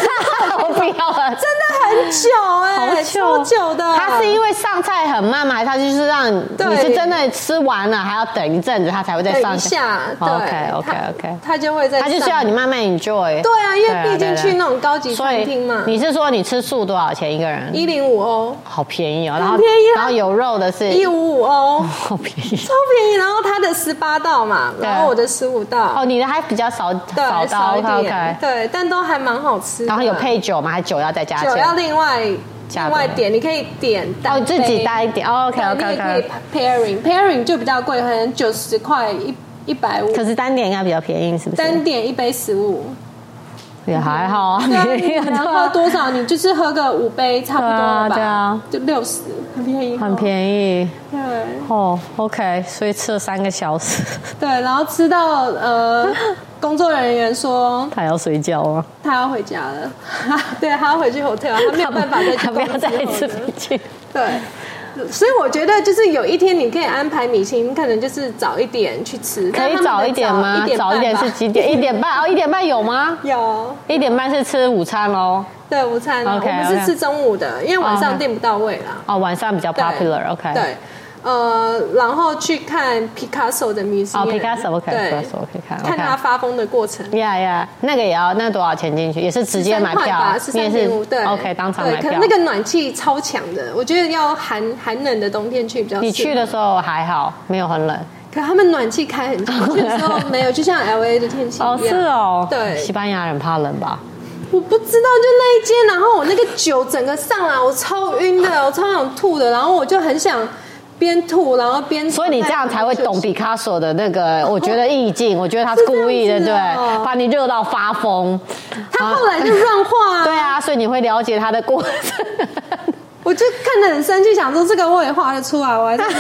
A: 我不要了。
B: 的很久哎、
A: 好久
B: 超久的。
A: 他是因为上菜很慢吗？还是他就是让
B: 对
A: 你是真的吃完了，还要等一阵子，他才会再
B: 等
A: 上
B: 一
A: 菜？
B: 下，对
A: OK OK
B: 他
A: OK，
B: 他就会在
A: 他
B: 上，
A: 就是要你慢慢 enjoy。
B: 对啊，因
A: 对啊
B: 为
A: 对
B: 毕竟
A: 啊
B: 去那种高级
A: 所
B: 餐
A: 以
B: 厅嘛，
A: 你是说你吃素多少钱一个人？
B: 一零五欧，
A: 好便宜哦，然后
B: 很便宜啊
A: 然后有肉的是
B: 一五五欧，
A: 好便宜
B: 超便宜。然后他的十八道嘛，
A: 啊
B: 然后我的十五道，
A: 哦，你的还比较少
B: 对，
A: 到
B: 少一
A: OK OK，，
B: 点对，但都还蛮好吃的。
A: 然后有配酒吗？还酒要再加
B: 酒要
A: 钱？
B: 另外
A: 加
B: 另
A: 的
B: 外点，你可以点
A: 哦，
B: 单
A: 自己
B: 杯
A: 带一点哦，OK
B: 对
A: OK
B: 你也可
A: OK。
B: 以 pairing pairing 就比较贵，可能九十块一一百五，
A: 可是单点应该比较便宜，是不是？
B: 单点一杯 十五。
A: 也还好啊，
B: 嗯对啊，
A: 便
B: 你
A: 宜啊
B: 能喝多少？你就是喝个五杯差不多吧，
A: 对啊
B: 就六十，很便宜，
A: 很便宜
B: 宜。对
A: 哦。OK，所以吃了三个小时，
B: 对，然后吃到 呃，工作人员说
A: 他要睡觉啊吗？
B: 他要回家了， 对，他要回去 hotel，他没有办法再去
A: 他不要
B: 公司
A: 再
B: 了
A: 吃冰淇淋。
B: 对。所以我觉得，就是有一天你可以安排米其林，可能就是早一点去吃，
A: 可以
B: 但他们
A: 早
B: 的
A: 一点吗？
B: 早
A: 早
B: 一
A: 一点
B: 半吧
A: 是几点？一点半哦，一点半有吗？
B: 有，
A: 一点半是吃午餐哦喽。
B: 对，午餐
A: OK，
B: 我们
A: OK
B: 是吃中午的，因为晚
A: 哦
B: 上
A: ，OK
B: 订不到位啦。
A: 哦，晚上比较
B: 对
A: popular。OK。。
B: 对，呃，然后去看 Picasso 的 museum，
A: 哦，Picasso，OK，
B: 对
A: Picasso，OK，看
B: 看他
A: OK
B: 发疯的过程。
A: 呀呀，那个也要，那多少钱进去？也是直接买
B: 13块
A: 票啊
B: 吧，，十
A: 你也
B: 三
A: 是
B: 点五，对
A: OK 当场买
B: 对，可
A: 票
B: 能那。个暖气超强的，我觉得要寒寒冷的冬天去比较适合。
A: 你去的时候还好，没有很冷。
B: 可他们暖气开很强，去的时候没有，就像 L A 的天气一样。
A: 哦，是哦。
B: 对
A: 西班牙人怕冷吧？
B: 我不知道，就那一间，然后我那个酒整个上来，我超晕的，我超想吐的，然后我就很想边吐，然后边
A: 所以你这样才会懂毕卡索的那个，我觉得意 境，我觉得他是故意的，
B: 是这
A: 对
B: 样子哦，
A: 把你热到发疯。
B: 他后来就软化、啊，
A: 对啊，所以你会了解他的过程。
B: 我就看得很生气，想说这个我也画得出来，我还是没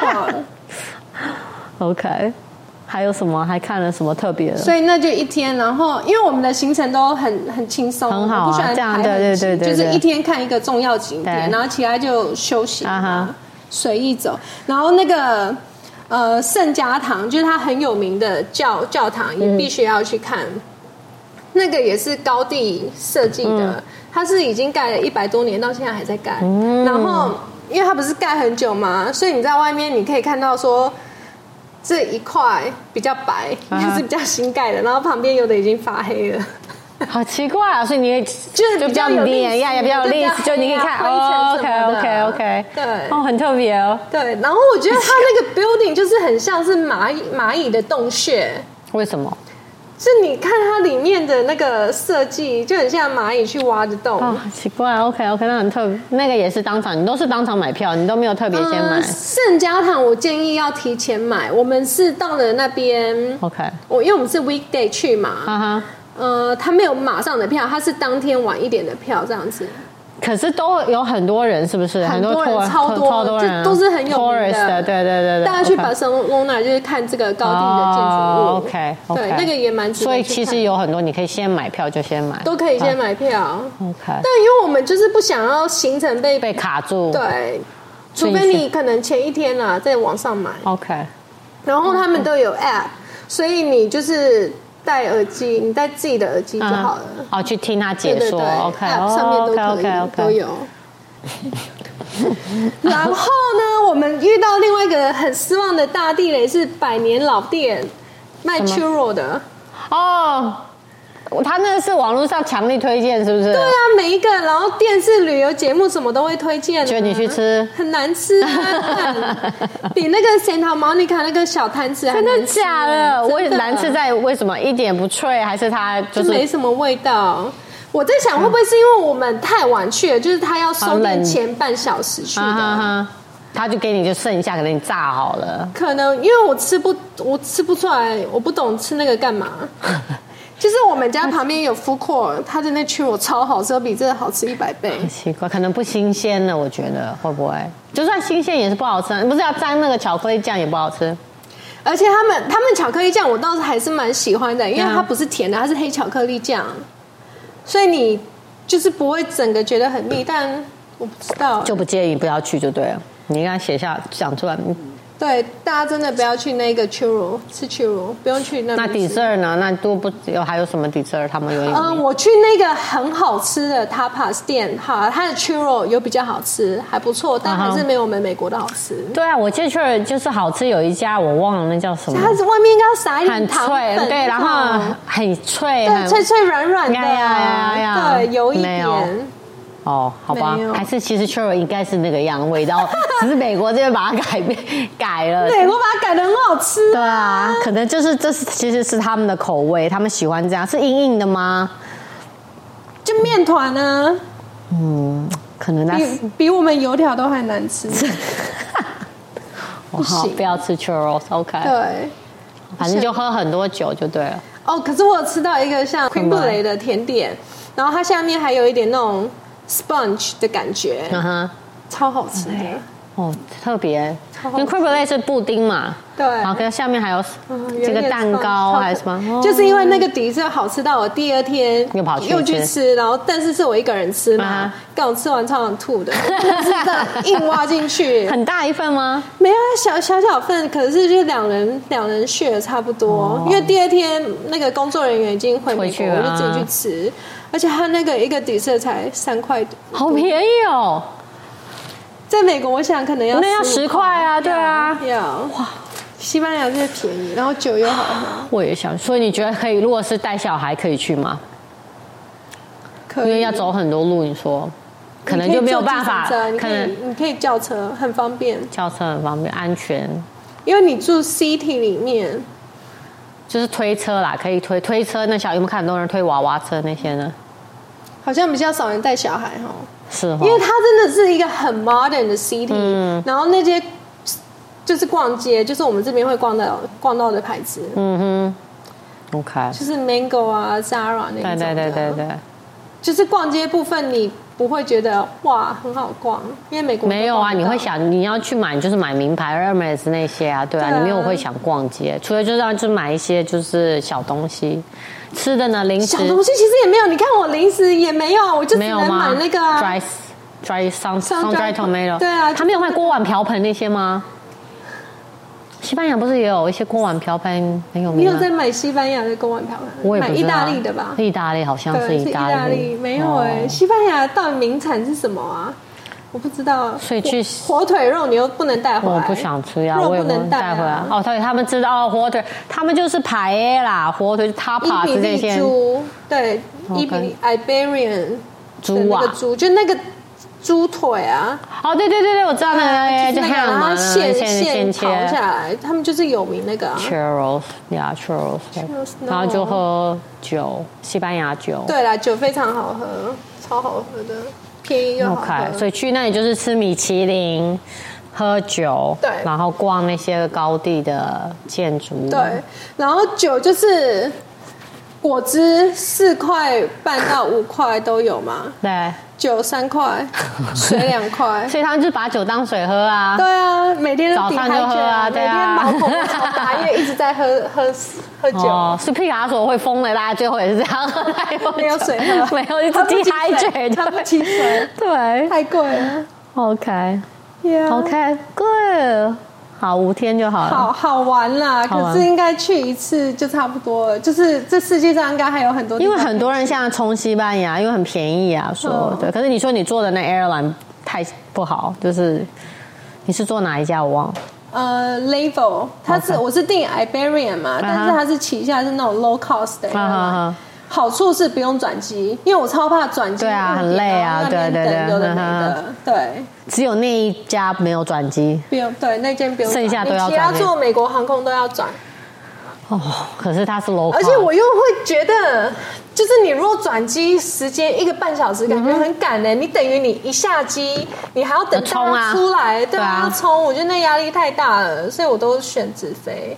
B: 画了。
A: OK，还有什么？还看了什么特别的？
B: 所以那就一天，然后因为我们的行程都很很轻松，
A: 很好啊
B: 我不喜欢
A: 这样
B: 排很
A: 对对
B: 紧
A: 对对
B: 就是一天看一个重要景点，
A: 对
B: 然后其他就休息
A: 啊哈
B: 随意走。然后那个呃圣家堂，就是它很有名的教教堂，
A: 嗯
B: 也必须要去看。那个也是高地设计的，
A: 嗯
B: 它是已经盖了一百多年，到现在还在盖。然后，因为它不是盖很久嘛，所以你在外面你可以看到说这一块比较白，
A: 啊
B: 就是比较新盖的，然后旁边有的已经发黑了，
A: 好奇怪啊！所以你
B: 就是
A: 就比较
B: 有历
A: 脸
B: 史
A: 呀，也比较有
B: 就比
A: 历
B: 较
A: 史，就你可以看。
B: 黑啊
A: 哦
B: 灰尘什么
A: OK
B: 的
A: OK OK，
B: 对
A: 哦，很特别哦。
B: 对，然后我觉得它 那个 building 就是很像是蚂蚁蚂蚁的洞穴，
A: 为什么？
B: 是你看它里面的的那个设计就很像蚂蚁去挖的洞。
A: 啊，奇怪，OK OK，那很特别，那个也是当场，你都是当场买票，你都没有特别先买
B: 呃圣家堂我建议要提前买，我们是到了那边，
A: ，OK，
B: 我因为我们是 weekday 去嘛，
A: 哈哈。
B: 呃，他没有马上的票，他是当天晚一点的票这样子。
A: 可是都有很多人，是不是？
B: 很
A: 很
B: 多人
A: 托
B: 超多
A: 超多人啊，
B: 这都是很有名的
A: tourist 的，对对对对，
B: 大家去
A: OK
B: 巴塞罗那就是看这个高地的建筑物、
A: 哦，OK，
B: 对，那个也蛮值得
A: 所以
B: 去
A: 其
B: 看
A: 实有很多，你可以先买票就先买，
B: 都可以先
A: 啊。
B: 买票，
A: OK，
B: 但因为我们就是不想要行程被
A: 被卡住。
B: 对，
A: 所
B: 除
A: 以
B: 非
A: 是
B: 你可能前一天啦、在网上买，
A: ，OK，
B: 然后他们都
A: 嗯
B: 有 app，所以你就是戴耳机，你戴自己的耳机就
A: 嗯
B: 好了。
A: 哦，去听他
B: 对
A: 解
B: 对
A: 说
B: 对
A: ，OK，哦
B: ，app 上面都可以都。有。 然后呢，我们遇到另外一个很失望的大地雷是百年老店卖
A: 什
B: churro 的，
A: 哦，他那是网络上强力推荐，是不是？对
B: 对啊，每一个，然后电视、旅游节目什么都会推荐、啊，
A: 就你去吃。
B: 很难吃啊，比那个 Santa Monica 那个小摊子还
A: 真
B: 难
A: 的
B: 吃
A: 假
B: 啊
A: 的？我也
B: 真的
A: 难吃在为什么一点不脆，还是它就
B: 就是没什么味道。我在想，会不会是因为我们太晚去了，就是他要收
A: 很冷
B: 店前半小时去
A: 啊哈
B: 的？
A: 哈，他就给你就剩一下，可能你炸好了。
B: 可能因为我吃不，我吃不出来，我不懂吃那个干嘛。 就是我们家旁边有 food court，他的那区我超好吃，比这个好吃一百倍。
A: 奇怪，可能不新鲜了，我觉得会不会？就算新鲜也是不好吃啊，不是要沾那个巧克力酱也不好吃。
B: 而且他们他们巧克力酱我倒是还是蛮喜欢的，因为
A: 嗯
B: 它不是甜的，它是黑巧克力酱，所以你就是不会整个觉得很腻。但我不知道，
A: 就不建议不要去就对了。你应该写下讲出来。
B: 对大家真的不要去那个 churro 吃 churro，不用去那
A: 那
B: 边吃
A: dessert 呢？那都不有还有什么 dessert？他们有
B: 嗯，我去那个很好吃的 tapas 店，哈，它的 churro 有比较好吃，还不错，但还是没有我们美国的好吃。
A: 对啊，我记得就是好吃有一家我忘了那叫什么，
B: 它是外面应该要撒一
A: 很
B: 点糖
A: 脆
B: 粉那种，，
A: 对，然后很脆，
B: 对
A: 很
B: 脆脆软软的，
A: 呀呀呀呀
B: 对，有一
A: 没有
B: 点。
A: 哦，好吧
B: 没有，
A: 还是其实 churro 应该是那个样味 道，只是美国这边把它改变改了。
B: 对，我把它改的很好吃
A: 对。啊，可能就是这是其实是他们的口味，他们喜欢这样，是硬硬的吗？
B: 就面团呢、
A: 可能那是
B: 比比我们油条都还难吃。
A: 我哦好
B: 不行
A: 不要吃 churros，OK，、
B: 对，
A: 反正就喝很多酒就对了。
B: 哦，可是我有吃到一个像
A: 什
B: cream
A: 么
B: b l 的甜点，然后它下面还有一点那种 sponge 的感觉，
A: 嗯哼，
B: 超好吃的。
A: 哦，特别，
B: 超
A: 因
B: 好
A: 为 c r e b l e 是布丁嘛，
B: 对
A: 然后跟下面还有
B: 嗯
A: 这个蛋糕还是什
B: 有点
A: 么，
B: sponge，就是
A: 哦
B: 因为那个底色好吃到我第二天
A: 又跑去
B: 又去
A: 吃
B: 吃，然后但是是我一个人吃嘛
A: 啊，
B: 刚、我吃完超想 吐的，就是这样硬挖进去，
A: 很大一份吗？
B: 没有啊小小小份，可是就两人两人 share 差不多、因为第二天那个工作人员已经回
A: 哦回
B: 美国，
A: 去了
B: 我
A: 啊
B: 就自己去吃，而且他那个一个底色才三块多，
A: 好便宜哦，
B: 在美国我想可能要
A: 那要
B: 15
A: 10块啊对啊
B: 嗯要哇，西班牙最便宜，然后酒又好喝，
A: 我也想。所以你觉得可以？如果是带小孩可以去吗？
B: 可
A: 因为
B: 以
A: 要走很多路，你说可能
B: 呃你
A: 就
B: 以
A: 没有
B: 坐计
A: 办法
B: 程车，你
A: 可
B: 可以
A: 能
B: 你可以叫车，很方便，
A: 轿车很方便，安全。
B: 因为你住 city 里面，
A: 就是推车啦，可以推推车。那小有没有看很多人推娃娃车那些呢？
B: 好像比较少人带小孩哈。
A: 是哦嗯
B: 因为它真的是一个很 modern 的 city，、然后那些就是逛街，就是我们这边会逛到逛到的牌子，
A: 嗯，OK，
B: 就是 Mango 啊、Zara 那一种
A: 对对
B: 的
A: 对对对，
B: 就是逛街部分你不会觉得哇很好逛，因为美国
A: 没有啊，
B: 都
A: 你
B: 逛不到
A: 会想你要去买，你就是买名牌 Hermes 那些啊，对啊，
B: 对啊
A: 你没有会想逛街，除非就是要去买一些就是小东西，吃的呢零食
B: 小东西其实也没有，你看我零食也没有啊，我就只
A: 没有
B: 能
A: 吗
B: 买那个啊、
A: ？Dry Dry Sun Sun Dry
B: dried
A: Tomato，
B: 对啊
A: 他没有卖锅碗瓢盆那些吗？西班牙不是也有一些锅碗瓢盆很有
B: 你
A: 名
B: 有
A: 吗？
B: 在买西班牙的公碗瓢
A: 我也不
B: 盆，买
A: 知
B: 意
A: 道啊
B: 大利的吧？
A: 意大利好像是
B: 对，是
A: 意
B: 意
A: 大利，
B: 大利没有
A: 哦
B: 哎、西班牙到底名产是什么啊？我不知道。
A: 所以去
B: 火火腿肉你又不能带回来，
A: 我不想吃呀、
B: 肉
A: 我也
B: 不
A: 不
B: 能
A: 能带回来。
B: 啊。
A: 哦，所以他们知道哦火腿，他们就是排 A 啦，火腿就
B: 伊
A: tapas
B: 比
A: 这
B: 利
A: 些
B: 猪，对，
A: OK
B: 伊比利 Iberian 的
A: 猪
B: 那
A: 啊
B: 个猪，就那个猪腿啊，
A: 哦，对对对对，我知道那个，
B: 嗯就是那个，
A: 还有
B: 然
A: 嘛
B: 后现现
A: 切
B: 烤下来，他们就是有名那个啊。
A: churros，呀 churros，
B: Churros，
A: 然后就
B: no
A: 喝酒，西班牙酒。
B: 对啦，酒非常好喝，超好喝的，便宜又好
A: OK，
B: 喝。
A: 所以去那里就是吃米其林，喝酒，
B: 对
A: 然后逛那些高地的建筑物，
B: 对，然后酒就是果汁四块半到五块都有嘛，
A: 对，
B: 酒三块，水两块。
A: 所以他们就把酒当水喝啊
B: 对。啊，每天都
A: 早
B: 抵
A: 上
B: 开
A: 就喝
B: 酒
A: 啊
B: 每
A: 对
B: 天
A: 啊
B: 毛孔都超大，因为一直在喝喝喝酒。
A: 哦，是皮卡索会疯的，大家最后也是这样，，
B: 没有水 喝
A: 没有一直
B: 他不
A: d
B: 起
A: e h
B: 水
A: y d r a
B: 他不起水，
A: 对
B: 太贵了。
A: ，OK
B: Yeah
A: OK good，好，五天就好了。
B: 好好玩啦，
A: 好玩
B: 可是应该去一次就差不多了。就是这世界上应该还有很多地
A: 因
B: 方，
A: 为很多人现在冲西班牙，因为很便宜啊，说
B: 嗯
A: 对。可是你说你坐的那 airline 太不好，就是你是坐哪一家我忘了。
B: 呃 level，它是
A: OK
B: 我是订 Iberian 嘛，但是它是旗下是那种 low cost 的 airline，
A: 啊哈哈
B: 好处是不用转机，因为我超怕转机，
A: 对啊
B: 误点
A: 很累啊
B: 然后那边
A: 对对对
B: 等有的没
A: 啊
B: 的，对，
A: 只有那一家没有转机
B: 不用对那间不用转，
A: 剩下都要
B: 你其他
A: 转
B: 坐美国航空都要转，
A: 哦，可是它是 low，
B: 而且我又会觉得，就是你如果转机时间一个半小时，感觉很赶呢、你等于你一下机，你还要等
A: 要冲
B: 大
A: 啊
B: 家出来，对
A: 对啊
B: 啊，要冲，我觉得那压力太大了，所以我都选直飞。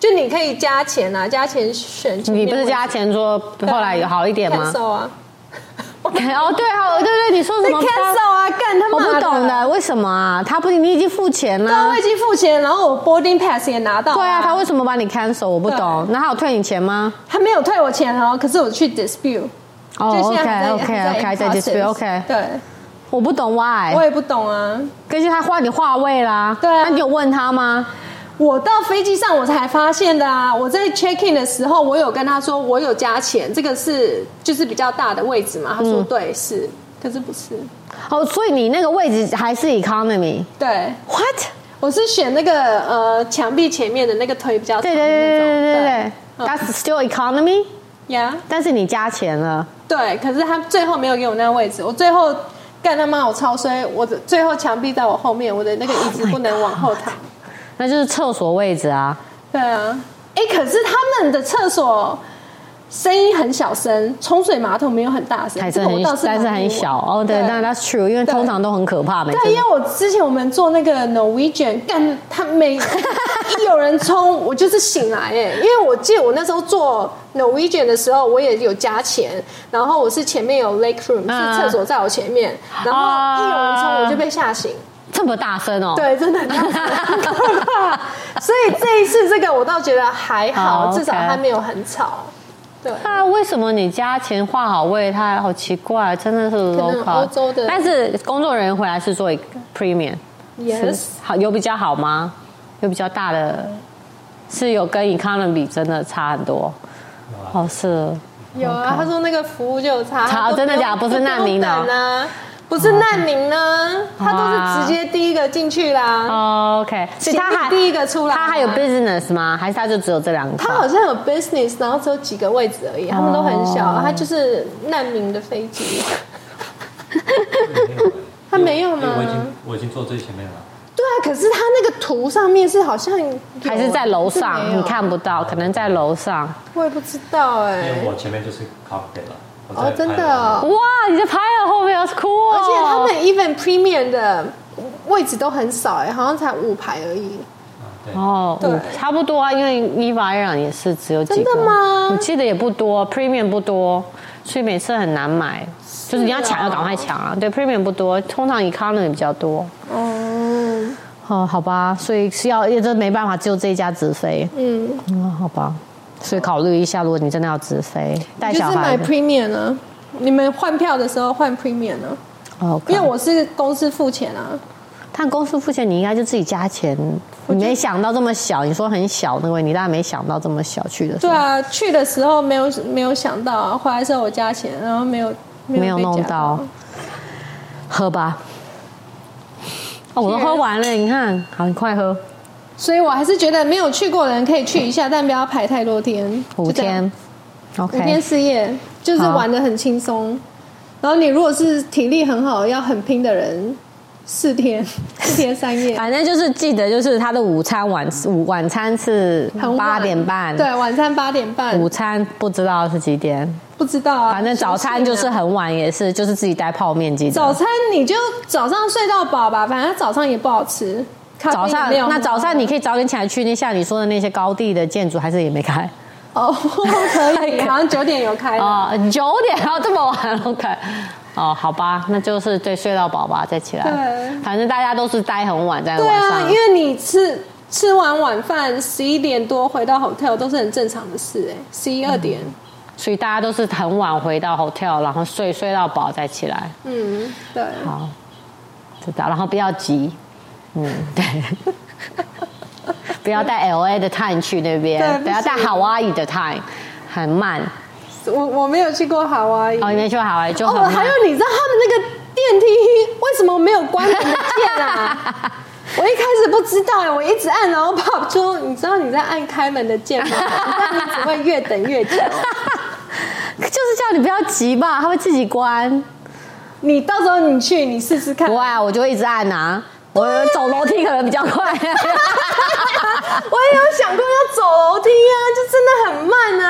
B: 就你可以加钱啊，加钱选前面
A: 你不是加钱说
B: 位置
A: 后来有好一点吗？
B: 啊？cancel 啊，
A: 哦，对哦，对对，你说什
B: 对
A: 么
B: cancel 啊，干他妈
A: 我不懂
B: 的。
A: 的，为什么啊？他不，你已经付钱
B: 对啊，
A: 了
B: 我已。经付钱，然后我 boarding pass 也拿到、
A: 对啊，他为什么把你 cancel？我不懂。那他有退你钱吗？
B: 他没有退我钱哦，可是我去 dispute，、
A: 哦
B: 就现在还
A: ，OK OK
B: 在还
A: OK，
B: 在
A: 还在哎
B: in
A: dispute
B: process
A: OK，
B: 对。
A: 我不懂 why
B: 我。也不懂啊，
A: 可是他换你话位啦，
B: 对啊
A: 那你有问他吗？
B: 我到飞机上我才发现的啊！我在 check in 的时候，我有跟他说我有加钱，这个是就是比较大的位置嘛。他
A: 嗯
B: 说对、是，可是不是。
A: 哦，所以你那个位置还是 economy。
B: 对，
A: What？
B: 我是选那个呃墙壁前面的那个腿比较长
A: 对
B: 的
A: 对对
B: 那种。
A: 对对对对
B: 嗯
A: ，That's still economy，
B: 呀
A: 但是你加钱了。
B: 对，可是他最后没有给我那个位置，我最后干他妈我超衰，我的最后墙壁在我后面，我的那个椅子
A: Oh my
B: 不能往后躺。
A: 那就是厕所位置啊，
B: 对啊，哎，可是他们的厕所声音很小声，冲水马桶没有很大声，
A: 还
B: 这
A: 是
B: 个我
A: 很
B: 倒是
A: 但是
B: 蛮
A: 很
B: 意外
A: 小哦。对，那 That's true，因为
B: 对啊
A: 通常都很可怕，每次
B: 对，因为我之前我们做那个 Norwegian，干他每 一有人冲，我就是醒来哎，因为我记得我那时候做 Norwegian 的时候，我也有加钱，然后我是前面有 lake room，
A: 嗯
B: 是厕所在我前面，然后一有人冲我就被吓醒，
A: 这么大声哦。
B: 对，真的很大声很可怕，所以这一次这个我倒觉得还
A: 好
B: 好，
A: ，OK
B: 至少它没有很吵，对。
A: 那为什么你加钱画好位？他好奇怪，真的是 low
B: 能
A: cost。
B: 欧洲的
A: 但是工作人员回来是做一个 premium，
B: Yes
A: 是好有比较好吗？有比较大的，是有跟 economy 比真的差很多。哦，是
B: 有啊，他说那个服务就有差，
A: 差
B: 他都
A: 真的假的
B: 不用
A: 不是难民的哦
B: 都不用等啊，不是难民呢，他都是直接第一个进去啦，
A: 哦 OK，所以他还
B: 先第一个出来，
A: 他还有 business 吗？还是他就只有这两个？
B: 他好像有 business，然后只有几个位置而已，他们都很小
A: 哦，
B: 他就是难民的飞机， 他没有吗
C: 因为我已经我已经坐最前面了，
B: 对啊，可是他那个图上面是好像有
A: 还是在楼上
B: 还是，没有
A: 你看不到，可能在楼上。
B: 我也不知道
C: 因为
B: 哎，
C: 我前面就是 cockpit 了。我在
B: 哦，真的
C: 拍
B: 哦，
A: 哇，你的 p i 后面哦 is cool，
B: 而且他们 even premium 的位置都很少哎，好像才五排而已，
C: 的啊
A: 哦，
B: 对
A: 嗯差不多啊，因为 Eva Air 也是只有几个，
B: 真的吗
A: 我记得也不多，Premium 不多，所以每次很难买，就是你要抢
B: 哦
A: 要赶快抢啊。对，Premium 不多，通常 Economy 比较多。
B: 哦。
A: 哦，好吧，所以是要也这没办法，只有这一家直飞。
B: 嗯，
A: 嗯，好吧，所以考虑一下，如果你真的要直飞，带
B: 就是
A: 小
B: 买
A: 孩
B: premium 啊，你们换票的时候换 premium 啊，
A: 哦，
B: 因为我是公司付钱啊。
A: 但公司付钱，你应该就自己加钱。你没想到这么小，你说很小那个问题，大家没想到这么小去的时
B: 对
A: 候，
B: 啊，去的时候没有没有想到啊，回来的时候我加钱，然后没有
A: 没有
B: 被
A: 弄
B: 加
A: 到。喝吧。哦，我都喝完了，你看，好，你快喝，
B: 所以我还是觉得没有去过的人可以去一下，但不要排太多天，
A: 五
B: 就这样
A: 天
B: 五天
A: ，OK，
B: 四夜，就是
A: 好
B: 玩的很轻松。然后你如果是体力很好要很拼的人，四天四天三夜，
A: 反正就是记得，就是他的午餐晚午晚餐是
B: 嗯很晚
A: 八点半，
B: 对，，晚餐八点半，
A: 午餐不知道是几点，
B: 不知道啊，
A: 反正早餐就是很晚，也是就是自己带泡面记得。
B: 早餐你就早上睡到饱吧，反正早上也不好吃。咖啡
A: 早
B: 也
A: 上
B: 没有
A: 那早上你可以早点起来去那像你说的那些高地的建筑，还是也没开
B: 哦， 可 以，好像九点有开的。
A: 啊？九、点还要这么晚，OK？哦，好吧，那就是对睡到饱吧，再起来。
B: 对
A: 反正大家都是待很晚，在
B: 对
A: 晚上。
B: 啊，因为你吃吃完晚饭十一点多回到 hotel 都是很正常的事哎、1十一二点。
A: 所以大家都是很晚回到 hotel，然后睡睡到饱再起来。
B: 嗯，对，
A: 好，知道，然后不要急，嗯， 对。不要带 L A 的 time 去那
B: 对
A: 边，
B: 不
A: 不要带
B: 行
A: 夏威夷的 time，很慢。
B: 我我没有去过海湾。
A: 哦，你没去夏威夷就很
B: 哦，
A: 慢。
B: 还有你知道他们那个电梯为什么没有 关门的键啊？我一开始不知道哎、我一直按，然后爸爸说：“你知道你在按开门的键吗？不然你只会越等越久。
A: 就是叫你不要急吧，它会自己关。
B: 你到时候你去，你试试看
A: 不。会啊，我就会一直按啊。我走楼梯可能比较快，
D: 我也有想过要走楼梯啊，就真的很慢啊。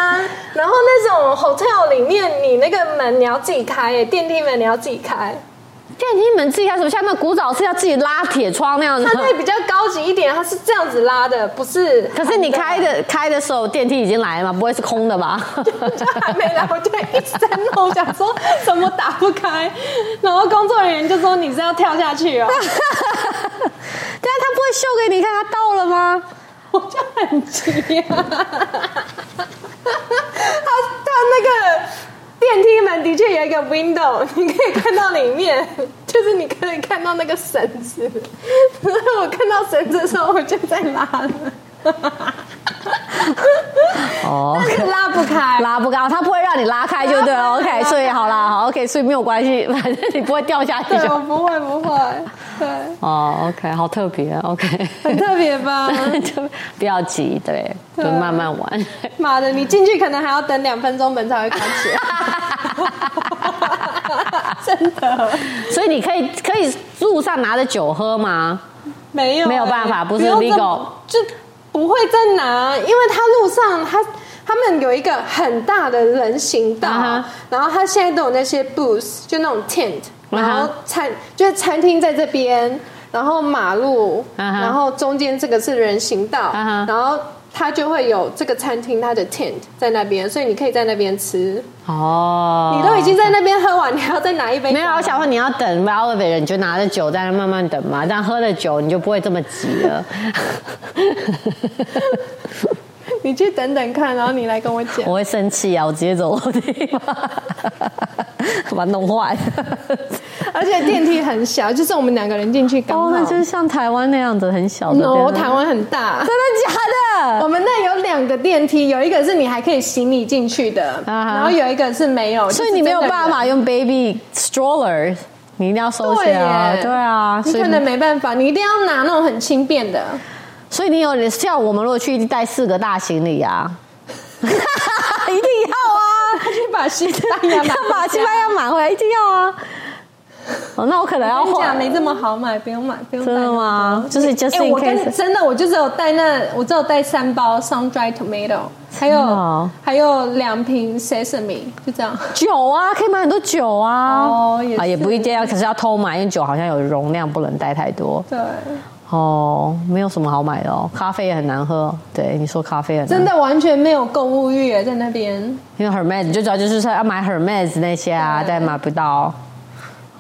D: 然后那种 hotel 里面，你那个门你要自己开、欸，电梯门你要自己开。
A: 电梯门自己开什么？像那古早是要自己拉铁窗那样子
D: 它。那比较高级一点，它是这样子拉的，不是。
A: 可是你开的开的时候，电梯已经来了嘛，不会是空的 吧？
B: 就 还没来，我就一直在弄，想说怎么打不开，然后工作人员就说你是要跳下 去哦，
A: 但啊是他不会秀给你看，他到了吗？
B: 我就很急啊。
D: 它它那个电梯门的确有一个 window，你可以看到里面， 就是你可以看到那个绳子。 我看到绳子的时候，我就在拉了，
A: 哦，
D: 是拉不 开。
A: 拉不高，他不会让你拉开就对了。OK，所以好啦，好 OK，所以没有关系， 反正你不会掉下去
B: 对，我
A: 就。
B: 不会不会，对，
A: 哦，OK，好特别，OK，
B: 很特别吧？
A: 就不要急，对，就
B: 对啊
A: 慢慢玩。
B: 妈的，你进去可能还要等两分钟门才会关起 来，真的
A: 所以你可以可以路上拿着酒喝吗？
B: 没有
A: 没有办法
B: 欸
A: 不是
B: 用这
A: legal
B: 就不会再拿，因为他路上他他们有一个很大的人行道
A: 啊哈
B: 然后他现在都有那些 booth，就那种 tent，
A: 啊哈
B: 然后餐、就是餐厅在这边，然后马路
A: 啊哈
B: 然后中间这个是人行道
A: 啊哈
B: 然后它就会有这个餐厅它的 tent 在那边，所以你可以在那边吃。
A: 哦，
B: 你都已经在那边喝完，你还要再拿一杯？
A: 没有，我想问你要等 v e l v e 你就拿着酒在那慢慢等嘛，这样喝了酒你就不会这么急 了。
B: 你去等等看，然后你来跟我讲。
A: 我会生气啊，我直接走楼梯吧，把它弄坏。哦
B: 而且电梯很小，就是我们两个人进去刚好。
A: 哦，那就是像台湾那样子很小的。
B: no，
A: 对
B: 台湾很大。
A: 真的假
B: 我
A: 的？
B: 们那有两个电梯，有一个是你还可以行李进去的，
A: 啊哈
B: 然后有一个是没有，
A: 所以你没有办法
B: 用。
A: 用 baby stroller，你一定要收起来啊。
B: 对耶
A: 对啊，
B: 你
A: 所以
B: 可能没办法，你一定要拿那种很轻 便的。
A: 所以你有像我们如果去带四个大行李啊， 一定要啊。
B: 他去把西班牙买
A: 干嘛？西班牙买回来一定要啊！哦，那我可能要
B: 我跟你
A: 换
B: 讲，。没这么好买，不用买，不用带
A: 真
B: 那
A: 的
B: 么多。
A: 吗？就是 just
B: 哎、
A: in
B: 我跟你
A: case。
B: 真的，我就只有带那，我只有带三包 sun dried tomato，还有、
A: 真的哦
B: 还有两瓶 sesame，就这样。
A: 酒啊，可以买很多酒啊。
B: 哦也
A: 啊，也
B: 是
A: 不一定要，可是要偷买，因为酒好像有容量，不能带太多。
B: 对，
A: 哦，没有什么好买的哦，咖啡也很难喝。对，你说咖啡很难
B: 真的完全没有购物欲耶在那边。
A: 因为 Hermes 你就主要就是说要买 Hermes 那些啊，
B: 对
A: 但买不到。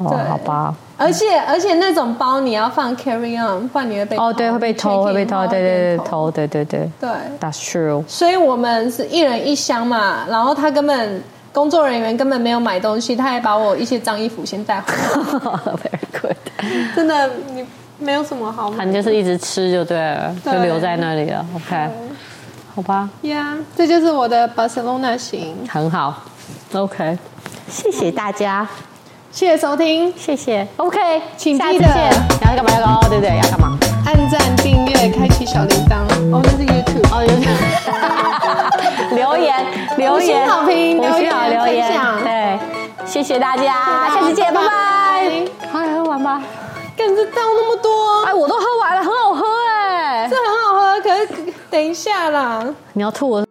A: 哦
B: 对，
A: 好吧。
B: 而且而且那种包你要放 carry on，不然你会被
A: 哦，对，会被偷，会被偷，对对对，。偷，对对对
B: 你 check in 然后被偷对，
A: ，That's true。
B: 所以我们是一人一箱嘛，然后他根本工作人员根本没有买东西，他还把我一些脏衣服先带 回
A: Very good。
B: 来，真的你没有什么好买
A: 反正就是一直吃就对了，
B: 对
A: 就留在那里了。OK，好吧，
B: 呀。这就是我的 Barcelona 行，
A: 很好。OK，谢谢大家，
B: 谢谢收听，
A: 谢谢。OK，
B: 请
A: 下
B: 记
A: 次
B: 得
A: 见。然后干嘛要搞？对不对？要干嘛？
B: 按赞、订阅、开启小铃铛，哦，那是 YouTube。
A: 哦，有留言，留
B: 五
A: 言，
B: 星好评
A: 五星
B: 留言
A: 好留言
B: 分享，
A: 对，谢谢大家，下期 见，拜拜。快来喝完吧！
B: 感觉倒那么多，
A: 哎，我都喝完了，很好喝哎
B: 这。很好喝，可是等一下啦。
A: 你要吐我。